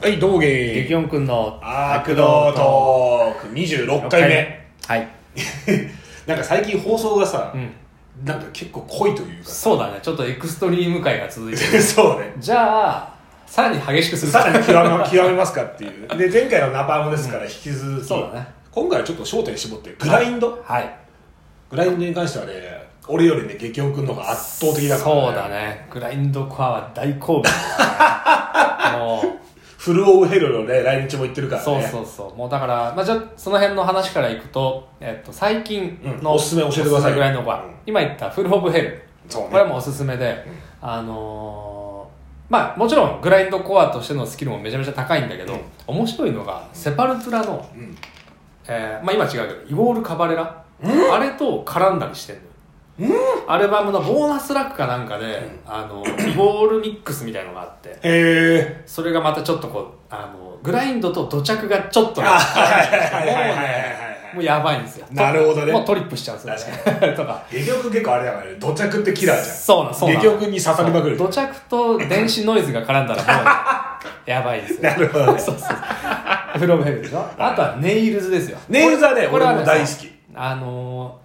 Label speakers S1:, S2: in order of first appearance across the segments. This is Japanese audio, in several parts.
S1: はい、道芸。
S2: 激音くんの
S1: 悪道トーク26回目。
S2: はい
S1: なんか最近放送がさ、
S2: うん
S1: なんか結構濃いというか。
S2: そうだねちょっとエクストリーム回が続いてる
S1: そうね。
S2: じゃあさらに激しくする
S1: さらに極 め極めますかっていう。で、前回のナパームですから引き続き。
S2: そうだね
S1: 今回はちょっと焦点絞って、グラインド、
S2: はい
S1: グラインドに関してはね、俺よりね、激音くんの方が圧倒的だから、
S2: そうだ。ねグラインドコアは大好 物だねもう
S1: フルオブヘルのね、来日も行ってるからね。
S2: そうそうそうもうだから、まあ、じゃあその辺の話からいくと、えっと、最近
S1: うん
S2: の、
S1: おすすめ教えてください
S2: おすすめグラインドコア、
S1: うん
S2: 今言ったフル・オブ・ヘル
S1: そうね
S2: これはもうおすすめで、あのーまあもちろんグラインドコアとしてのスキルもめちゃめちゃ高いんだけど、
S1: うん
S2: 面白いのがセパルトゥラの、
S1: うん
S2: えーまあ、今違うけどイゴール・カバレラ、あれと絡んだりしてるアルバムのボーナストラックかなんかで、あのイゴールミックスみたいのがあって
S1: へえ。
S2: それがまたちょっとこうあのグラインドと土着がちょっとね
S1: あはいはいはいはいはい はい
S2: もうねもうやばいんですよ
S1: なるほどね
S2: もうトリップしちゃうんですよ、ね、 とか
S1: 激音くん結構あれだからね、土着ってキラーじゃん。
S2: そうなんそうなん
S1: 激音くんに刺さりまくる。
S2: 土着と電子ノイズが絡んだらも うやばいですよ
S1: なるほどね
S2: そうそうフロムヘルでしょあとはネイルズですよ
S1: ネイルズはね
S2: これ
S1: 俺も大好き
S2: あのー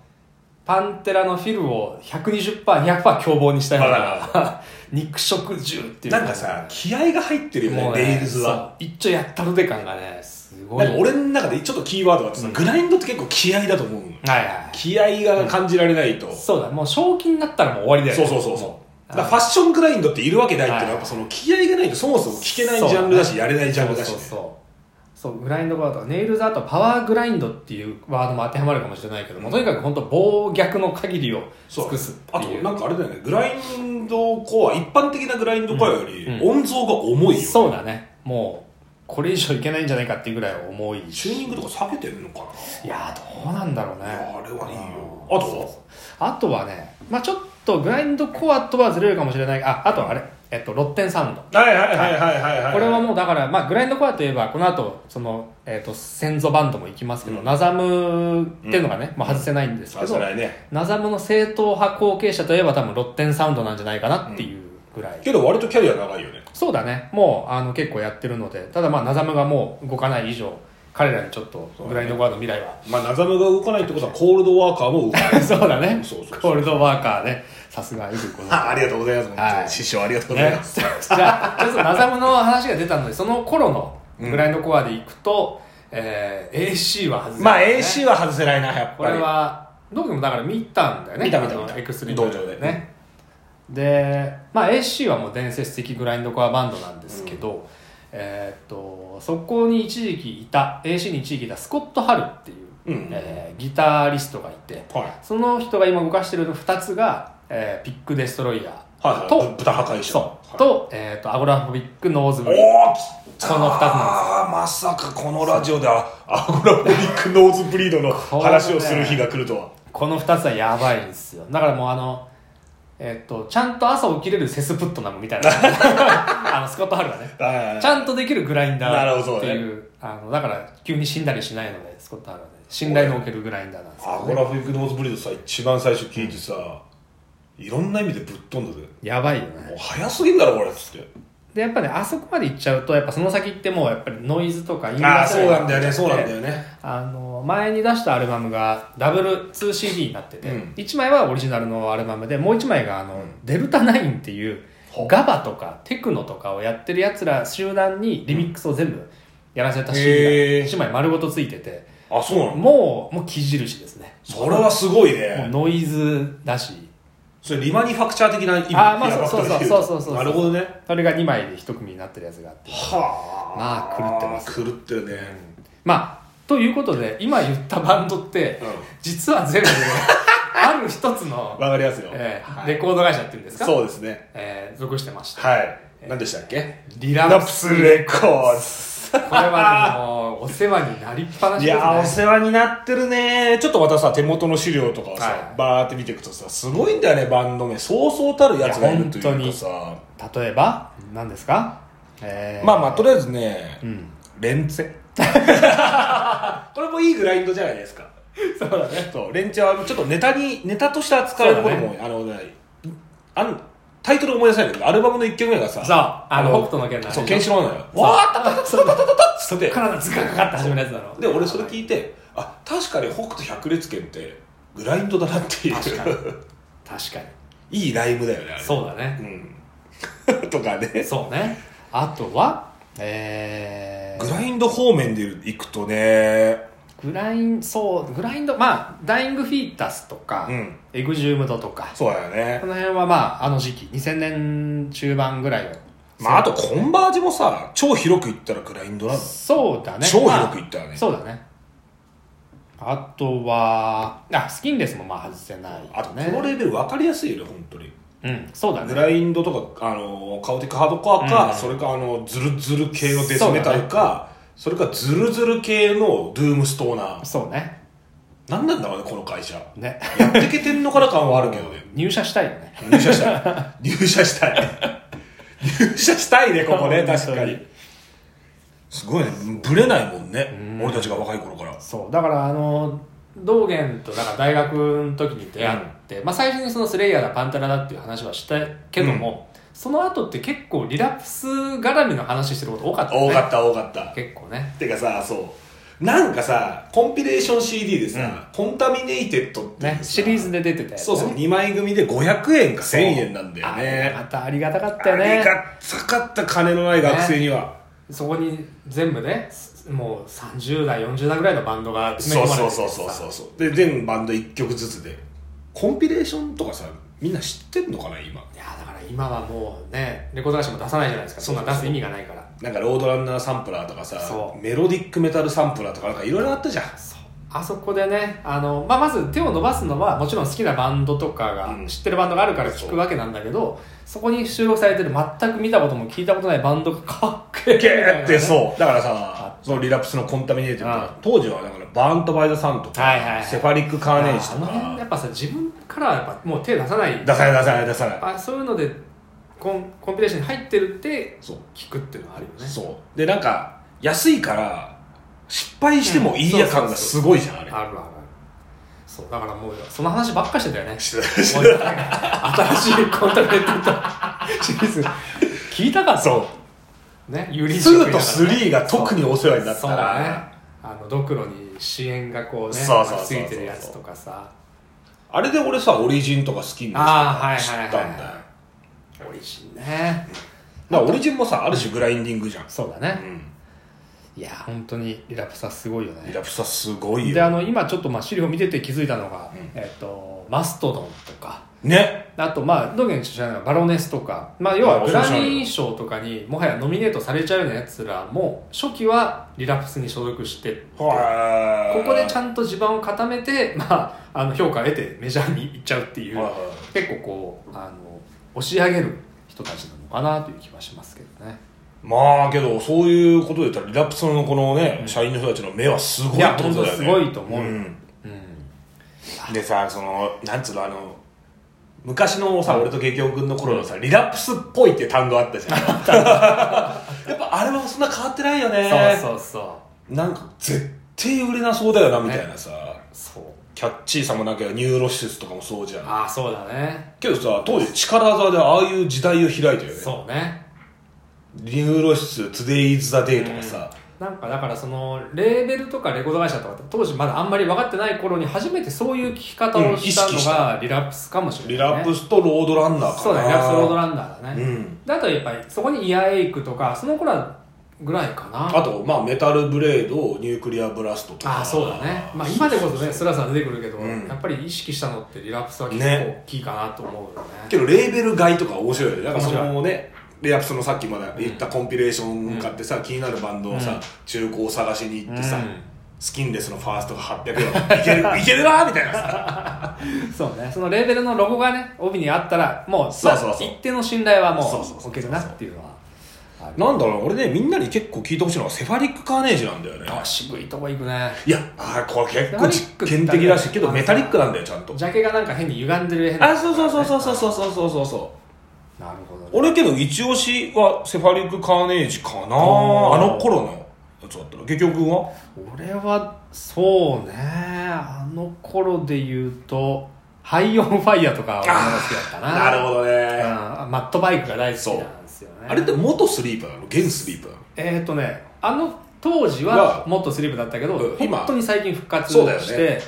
S2: パンテラのフィルを 120%200% 凶暴にしたよう
S1: あら
S2: な 肉食獣っていう
S1: なんかさ、気合が入ってるよね、ネイルズは。
S2: そう一丁やったるで感がねすご
S1: ないんか俺の中でちょっとキーワードがあってさ、グラインドって結構気合だと思うの
S2: はいはい
S1: 気合が感じられないと。
S2: そうだもう賞金になったらもう終わりだよ
S1: そ
S2: ね
S1: うそうそう
S2: も
S1: そう。だからファッショングラインドっているわけないっていうのは、
S2: はい
S1: やっぱその気合がないとそもそも聞けないジャンルだし、やれないジャンルだし
S2: そう
S1: ね。
S2: そうそうそうグラインドコアとかネイルズアートパワーグラインドっていうワードも当てはまるかもしれないけども、とにかく本当暴虐の限りを
S1: そ
S2: 尽
S1: う
S2: くすって
S1: あと
S2: いう
S1: なんかあれだよねグラインドコア一般的なグラインドコアより
S2: うん
S1: 音像が重いよ、
S2: そうだねもうこれ以上いけないんじゃないかっていうぐらい重い
S1: チ
S2: し
S1: ューニングとか下げてるのか
S2: いやーどうなんだろうね
S1: な、あれはいいよあ
S2: うん
S1: と
S2: そう
S1: は
S2: そうあとはねまあちょっとグラインドコアとはずれるかもしれないああとはあれえっとロッテンサウンド
S1: はいはいはいはいはいはい
S2: これはもうだから、まあ、グラインドコアといえばこの後その、えー、と先祖バンドも行きますけど、
S1: うん
S2: ナザムっていうのがね、まあ、外せないんですけ
S1: さ
S2: ど、
S1: せないね
S2: ナザムの正統派後継者といえば多分ロッテンサウンドなんじゃないかなっていうぐらい、
S1: けど割とキャリア長いよね
S2: そうだねもうあの結構やってるのでただまあナザムがもう動かない以上彼らにちょっとグラインドコアの未来は
S1: まあ、ナザムが動かないってことはコールドワーカーも動かない
S2: そうだね
S1: そうそうそう
S2: コールドワーカーねさすがよくご存 知
S1: ありがとうございます、
S2: はい
S1: 師匠ありがとうござい
S2: ね
S1: ま、す、
S2: じゃあちょっとナザムの話が出たのでその頃のグラインドコアでいくと、えー AC は外れ
S1: まあ
S2: ないね
S1: AC は外せないなやっ
S2: こ
S1: ぱ
S2: れ
S1: り
S2: はどこでもだから見たんだよね
S1: 見た見た見
S2: あ
S1: た
S2: のエクストリーム
S1: 道場で
S2: ねで、まあ、AC はもう伝説的グラインドコアバンドなんですけど、えーっとそこに一時期いた AC に一時期いたスコット・ハルっていう、
S1: うん
S2: えーギタリストがいて
S1: は
S2: その人が今動かしてるの2つが、えーピック・デストロイヤ
S1: いは
S2: ー
S1: い
S2: と、
S1: はいぶ豚破壊者
S2: そう、
S1: はい
S2: と,、えー、とアゴラフォビック・ノーズ
S1: お
S2: ブ
S1: ー
S2: リー
S1: きた
S2: この二つなんですよ
S1: あーまさかこのラジオであアゴラフォビックノーズブリードの
S2: れね
S1: 話をする日が来るとは
S2: この2つはやばいんですよだからもうあのえっとちゃんと朝起きれるセスプットなのみたいな あのスコット・ハルがね
S1: はいはいはい
S2: ちゃんとできるグラインダ
S1: なる
S2: ー
S1: ほど
S2: っていう、あのだから急に死んだりしないのでスコット・ハルはね信頼のおけるグラインダーなんです
S1: ア
S2: よ、
S1: ゴ
S2: ね、
S1: ラフォビックノーズブリードさ一番最初聞いてさ、いろんな意味でぶっ飛んだぜ
S2: やばいよ
S1: も
S2: ね
S1: う早すぎんだろこれっつって
S2: でやっぱねあそこまで行っちゃうとやっぱその先ってもうやっぱりノイズとかイン
S1: ああ
S2: とか
S1: そうなんだよねそうなんだよね
S2: あの前に出したアルバムがダブル 2CD になってて、
S1: うん
S2: 1枚はオリジナルのアルバムでもう1枚があの、デルタナインっていう
S1: ほう
S2: ガバとかテクノとかをやってるやつら集団にリミックスを全部やらせた CD が
S1: へー
S2: 1枚丸ごとついてて
S1: あそうなの
S2: もうもう木印ですね
S1: それはすごい
S2: もう
S1: ね
S2: ノイズだし
S1: それリマニファクチャー的な意味
S2: あーまあ
S1: いや
S2: そうそうそう
S1: バッタリ
S2: そうそうそうそう
S1: なるほどね
S2: それが2枚で1組になってるやつがあって
S1: は
S2: まあ狂ってます
S1: 狂ってるね、
S2: まあということで今言ったバンドって、実 は全部ある一つの、
S1: わかりますよ、
S2: えーレコード会社っていうんですか
S1: そうですね
S2: えー属してました。
S1: はい何でしたっけ
S2: リラ
S1: ラ
S2: ッ
S1: プ
S2: プス。
S1: スレコー
S2: これはねもう、お世話になりっぱな
S1: ド
S2: し
S1: い
S2: です、ね。
S1: やーお世話になってるねちょっとまたさ手元の資料とかをさ、
S2: はい
S1: バーって見ていくとさすごいんだよねバンド名そうそうたるやつがいると
S2: いや本
S1: い
S2: 当
S1: う
S2: に
S1: かさ
S2: 例えば、何ですかえー
S1: まあまあとりあえずね、
S2: うん。
S1: レン ツェこれもいいグラインドじゃないですか
S2: そうだね。
S1: そうレンチェはちょっとネタにネタとして扱われることも、
S2: そう
S1: あのねあんタイトル思い出せないんだけど、アルバムの1曲目がさ、
S2: さあ、あの、北斗の剣のあれでし
S1: そ
S2: ょ
S1: う、ケンシロウなのよ。
S2: そう
S1: わーたたたたたたたたっつってて
S2: カ、ナダズカかかって始めるやつだろ
S1: で、俺それ聞いて、あ、確かに北斗百裂拳って、グラインドだなっていう。
S2: 確かに確か
S1: いいライブだよね、あれ。
S2: にそうだね
S1: うん。 とかね。
S2: そうねあとはえー、
S1: グラインド方面で行くとね、
S2: グラインそうグラインドまあダイイングフィータスとか、
S1: うん
S2: エグジウムドとか
S1: そうだよね
S2: こ。の辺はまああの時期2000年中盤ぐらいは
S1: まあ、あとコンバージもさ、超広く行ったらグラインドなの。
S2: そうだね
S1: 超広く行ったよね
S2: まあそうだねあとはあスキンレスもまあ外せない
S1: あと、
S2: ね
S1: このレベル分かりやすいよね、本当に。
S2: うんそうだね
S1: グラインドとか、あの、カオティックハードコアか、
S2: うん
S1: それか、あの、ズルズル系のデスメタルか、そ,、れか、ズルズル系のドゥームストーナー。
S2: そうね
S1: 何なんだろうね、この会社。や
S2: ね
S1: ってけてんのかな感はあるけどね。
S2: 入社したいよね
S1: 入社したい。 入社したい。入社したいね、ここね、確かに。すごいね、ぶれないもんね、俺たちが若い頃から。
S2: そうだからあの道元とだから大学の時に出会って、まあ、最初にそのスレイヤーだパンタラだっていう話はしたけども、その後って結構リラプス絡みの話してること多かったよ
S1: 多
S2: ね
S1: かった、多かった。
S2: 結構ね
S1: てかさそうなんかさコンピレーション CD でさ、コンタミネイテッドっていう
S2: ね
S1: さ
S2: シリーズで出てたやつね
S1: そうそう2枚組で500円か1000円なんだよ
S2: あれま
S1: ね
S2: たありがたかった
S1: あ
S2: よ
S1: り
S2: ね
S1: がたかった金のない学生には、
S2: そこに全部ねすもう30代40代ぐらいのバンドが詰
S1: そう
S2: め込まれ
S1: そう
S2: てて
S1: そうそうそうそうで全バンド1曲ずつでコンピレーションとかさみんな知ってんのかな今
S2: いやだから今はもうねレコード会社も出さないじゃないですかそんなの出す意味がないから
S1: なんかロードランナーサンプラーとかさ
S2: そう
S1: メロディックメタルサンプラーとかなんかいろいろあったじゃん
S2: そうあそこでねあの、まあ、まず手を伸ばすのはもちろん好きなバンドとかが、
S1: うん
S2: 知ってるバンドがあるから聞くわけなんだけどそこに収録されてる全く見たことも聞いたことないバンドがかっけえみ
S1: ゲ
S2: たいなね
S1: ーってそうだからさそのリラプスのコンタミネーテッドとか当時はだからバーントバイザさんとか、
S2: はいはいはい
S1: セファリックカーネージ
S2: あ
S1: と
S2: の辺や
S1: か
S2: っぱさ自分からはやっぱもう手出さない
S1: 出さない出さない出さない
S2: あそういうのでコンコンピレーションに入ってるって
S1: そう
S2: 聞くっていうのはあるよね
S1: そうでなんか安いから失敗してもいいや感がすごいじゃんあれ
S2: あるあるあるそうだからもうその話ばっかしてたよね
S1: してた
S2: おい新しいコンタクトレッドシリーズ聞いたかった
S1: そう
S2: ね、ユリ
S1: 2と3が特にお世話になった
S2: そうだ
S1: ら
S2: ねあのドクロに支援がこうね
S1: そうそうそうそう
S2: ついてるやつとかさ
S1: あれで俺さオリジンとか好きに
S2: ああ
S1: な
S2: は
S1: っ
S2: い
S1: て知っ
S2: はいはい
S1: たんだよ
S2: 美味しいね
S1: だからオリジンもさある種グラインディングじゃん、
S2: そうだ
S1: う
S2: ね、
S1: ん、
S2: いや本当にリラプサすごいよね
S1: リラプスはすごい
S2: であ
S1: よ
S2: の今ちょっとまあ資料見てて気づいたのが、
S1: うん
S2: えっ、とマストドンとか
S1: ね
S2: あとまあ道元知らないのはバロネスとか、まあ、要はグラミー賞とかにもはやノミネートされちゃうようなやつらも初期はリラプスに所属してて
S1: はい
S2: ここでちゃんと地盤を固めて、まあ、あの評価を得てメジャーに行っちゃうっていう、
S1: はいはい
S2: 結構こうあの押し上げる人たちなのかなという気はしますけどね
S1: まあけどそういうことで言ったらリラプスのこのね、社員の人たちの目はすごいってことだよね
S2: いや本当すごいと思うんうん
S1: でさそのなんつうのあの昔のさ、俺とケイキョウ君の頃のさ、リラプスっぽいって単語あ ったじゃんやっぱあれはそんな変わってないよね
S2: そうそうそ
S1: なんか絶対売れなそうだよなみたいなさ、
S2: うそう
S1: キャッチーさもなきゃニューロシスとかもそうじゃん
S2: ああそうだね
S1: けどさ当時力技でああいう時代を開いたよね
S2: そうね
S1: ニューロシス「Today is the day」とかさ、
S2: なんかだからそのレーベルとかレコード会社とかって当時まだあんまり分かってない頃に初めてそういう聞き方
S1: うん
S2: を
S1: 意識
S2: したの
S1: し
S2: がリラプスかもしれない、ね、
S1: リラプスとロードランナーかな
S2: そうだねリラプスロードランナーだね、
S1: うん
S2: であとはやっぱりそこにイヤエイクとかその頃はぐらいかな
S1: あと、まあ、メタルブレード、ニュークリアブラストとか。
S2: ああそうだねまあ今でこそねスラスラ出てくるけど、
S1: うん
S2: やっぱり意識したのってリラップスは結構
S1: ね
S2: 大きいかなと思うよね
S1: けど、レーベル買いとか面白いよね。だから、そ
S2: 面
S1: のね、レアプスのさっきまで言ったコンピレーション買ってさ、気になるバンドをさ、
S2: うん
S1: 中古を探しに行ってさ、
S2: うん
S1: スキンレスのファーストが800円。いけ る、いけるなみたいなさ。
S2: そうねそのレーベルのロゴがね帯にあったらもう
S1: そうそうそう
S2: まあ一定の信頼はも
S1: そうそうそう
S2: う受けるなっていうのはある
S1: なんだろう、俺ね、みんなに結構聞いてほしいのは、セファリックカーネージなんだよね。
S2: あ渋いとこ行くね
S1: いや、あーこれ結構実験的らしいけど、メタリックなんだよ、ちゃんと。
S2: ジャケがなんか変に歪んでる変な
S1: あ、そうそうそうそうそうそうそうそうそう。
S2: なるほど、ね、
S1: 俺けど一押しはセファリック・カーネージかなあ
S2: あー
S1: の頃のやつだったら結局は
S2: 俺はそうねあの頃で言うとハイオンファイヤーとか俺も好きだった
S1: な
S2: な。
S1: るほどね、
S2: うんマットバイクが大好きなんですよね。
S1: あれって元スリーパーなの現スリーパーなの
S2: えっ、ー、とね、あの当時
S1: は
S2: はもっとスリープだったけど、
S1: うん今
S2: 本当に最近復活
S1: そうだよね
S2: して、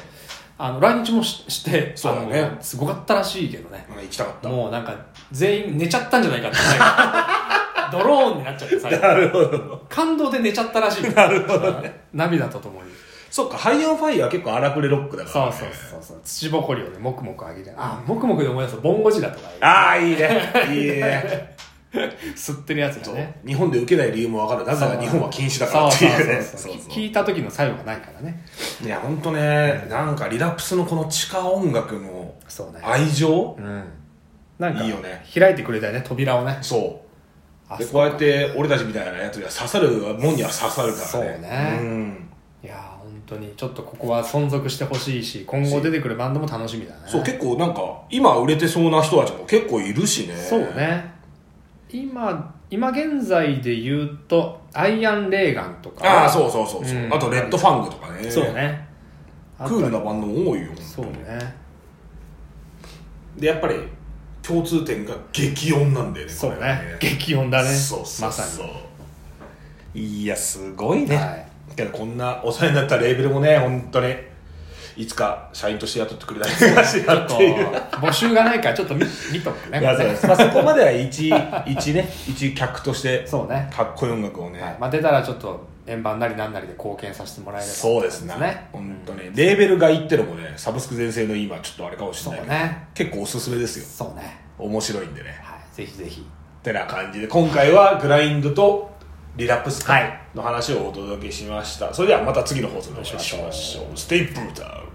S2: あの来日もしして
S1: そうだね
S2: あのすごかったらしいけどね。
S1: うん行きたかった
S2: もうなんか全員寝ちゃったんじゃないかって 最後ドローンになっちゃって最後
S1: なるほど
S2: 感動で寝ちゃった らしいなるほど、涙とともに
S1: そっかハイオンファイヤーは結構荒くれロックだか
S2: そ
S1: ら、
S2: う
S1: ね、
S2: そうそうそう土ぼこりをねもくもくあげてあもくもくで思い出すボンゴジラとか
S1: ああいい ねいいね
S2: 吸ってるやつ
S1: そ
S2: が
S1: う
S2: ね
S1: 日本で受けない理由もわかるなぜなら日本は禁止だからっていうね
S2: そうそうそ
S1: そう
S2: うそう
S1: そう
S2: 聞いた時の作用がないからね
S1: いや本当ねなんかリラップスのこの地下音楽の
S2: そうね
S1: 愛情
S2: うんなんか
S1: いいよね
S2: 開いてくれたよね扉をね
S1: そうで
S2: そ
S1: こうやって俺たちみたいなやつには刺さるもんには刺さるからね
S2: そうね
S1: ん
S2: いやー本当にちょっとここは存続してほしいし今後出てくるバンドも楽しみだね
S1: そう結構なんか今売れてそうな人たちも結構いるしね
S2: そうね今今現在で言うとアイアン・レーガンとか
S1: ああそうそうそうそう、
S2: うん
S1: あとレッドファングとかね
S2: そうね
S1: クールなバンドも多いよ
S2: そうね
S1: でやっぱり共通点が激音なんだよね
S2: そう
S1: これは
S2: ね激音だね
S1: そうそう
S2: まさ
S1: そう
S2: に
S1: いやすごいね、
S2: はい
S1: けどこんなお世話になったレーベルもね本当にいつか社員として雇ってくれないらしい
S2: ちょ
S1: な
S2: っ
S1: っ
S2: と
S1: ていう
S2: 募集がないからちょっと見見とくね
S1: いやそうですまあ、そこまでは一 一ね一客として
S2: そうね、
S1: かっこいい音楽をね、
S2: はいまあ、出たらちょっと円盤なりなんなりで貢献させてもらえれば
S1: そうですね
S2: ね
S1: 本当にレーベル買いってのもねサブスク全盛の今ちょっとあれかもしれないけど、
S2: そうね
S1: 結構おすすめですよ
S2: そうね
S1: 面白いんでね
S2: はいぜひぜひ
S1: てな感じで今回はグラインドとリラップス
S2: はい
S1: の話をお届けしました、それではまた次の放送でお会いしましょう Stay brutal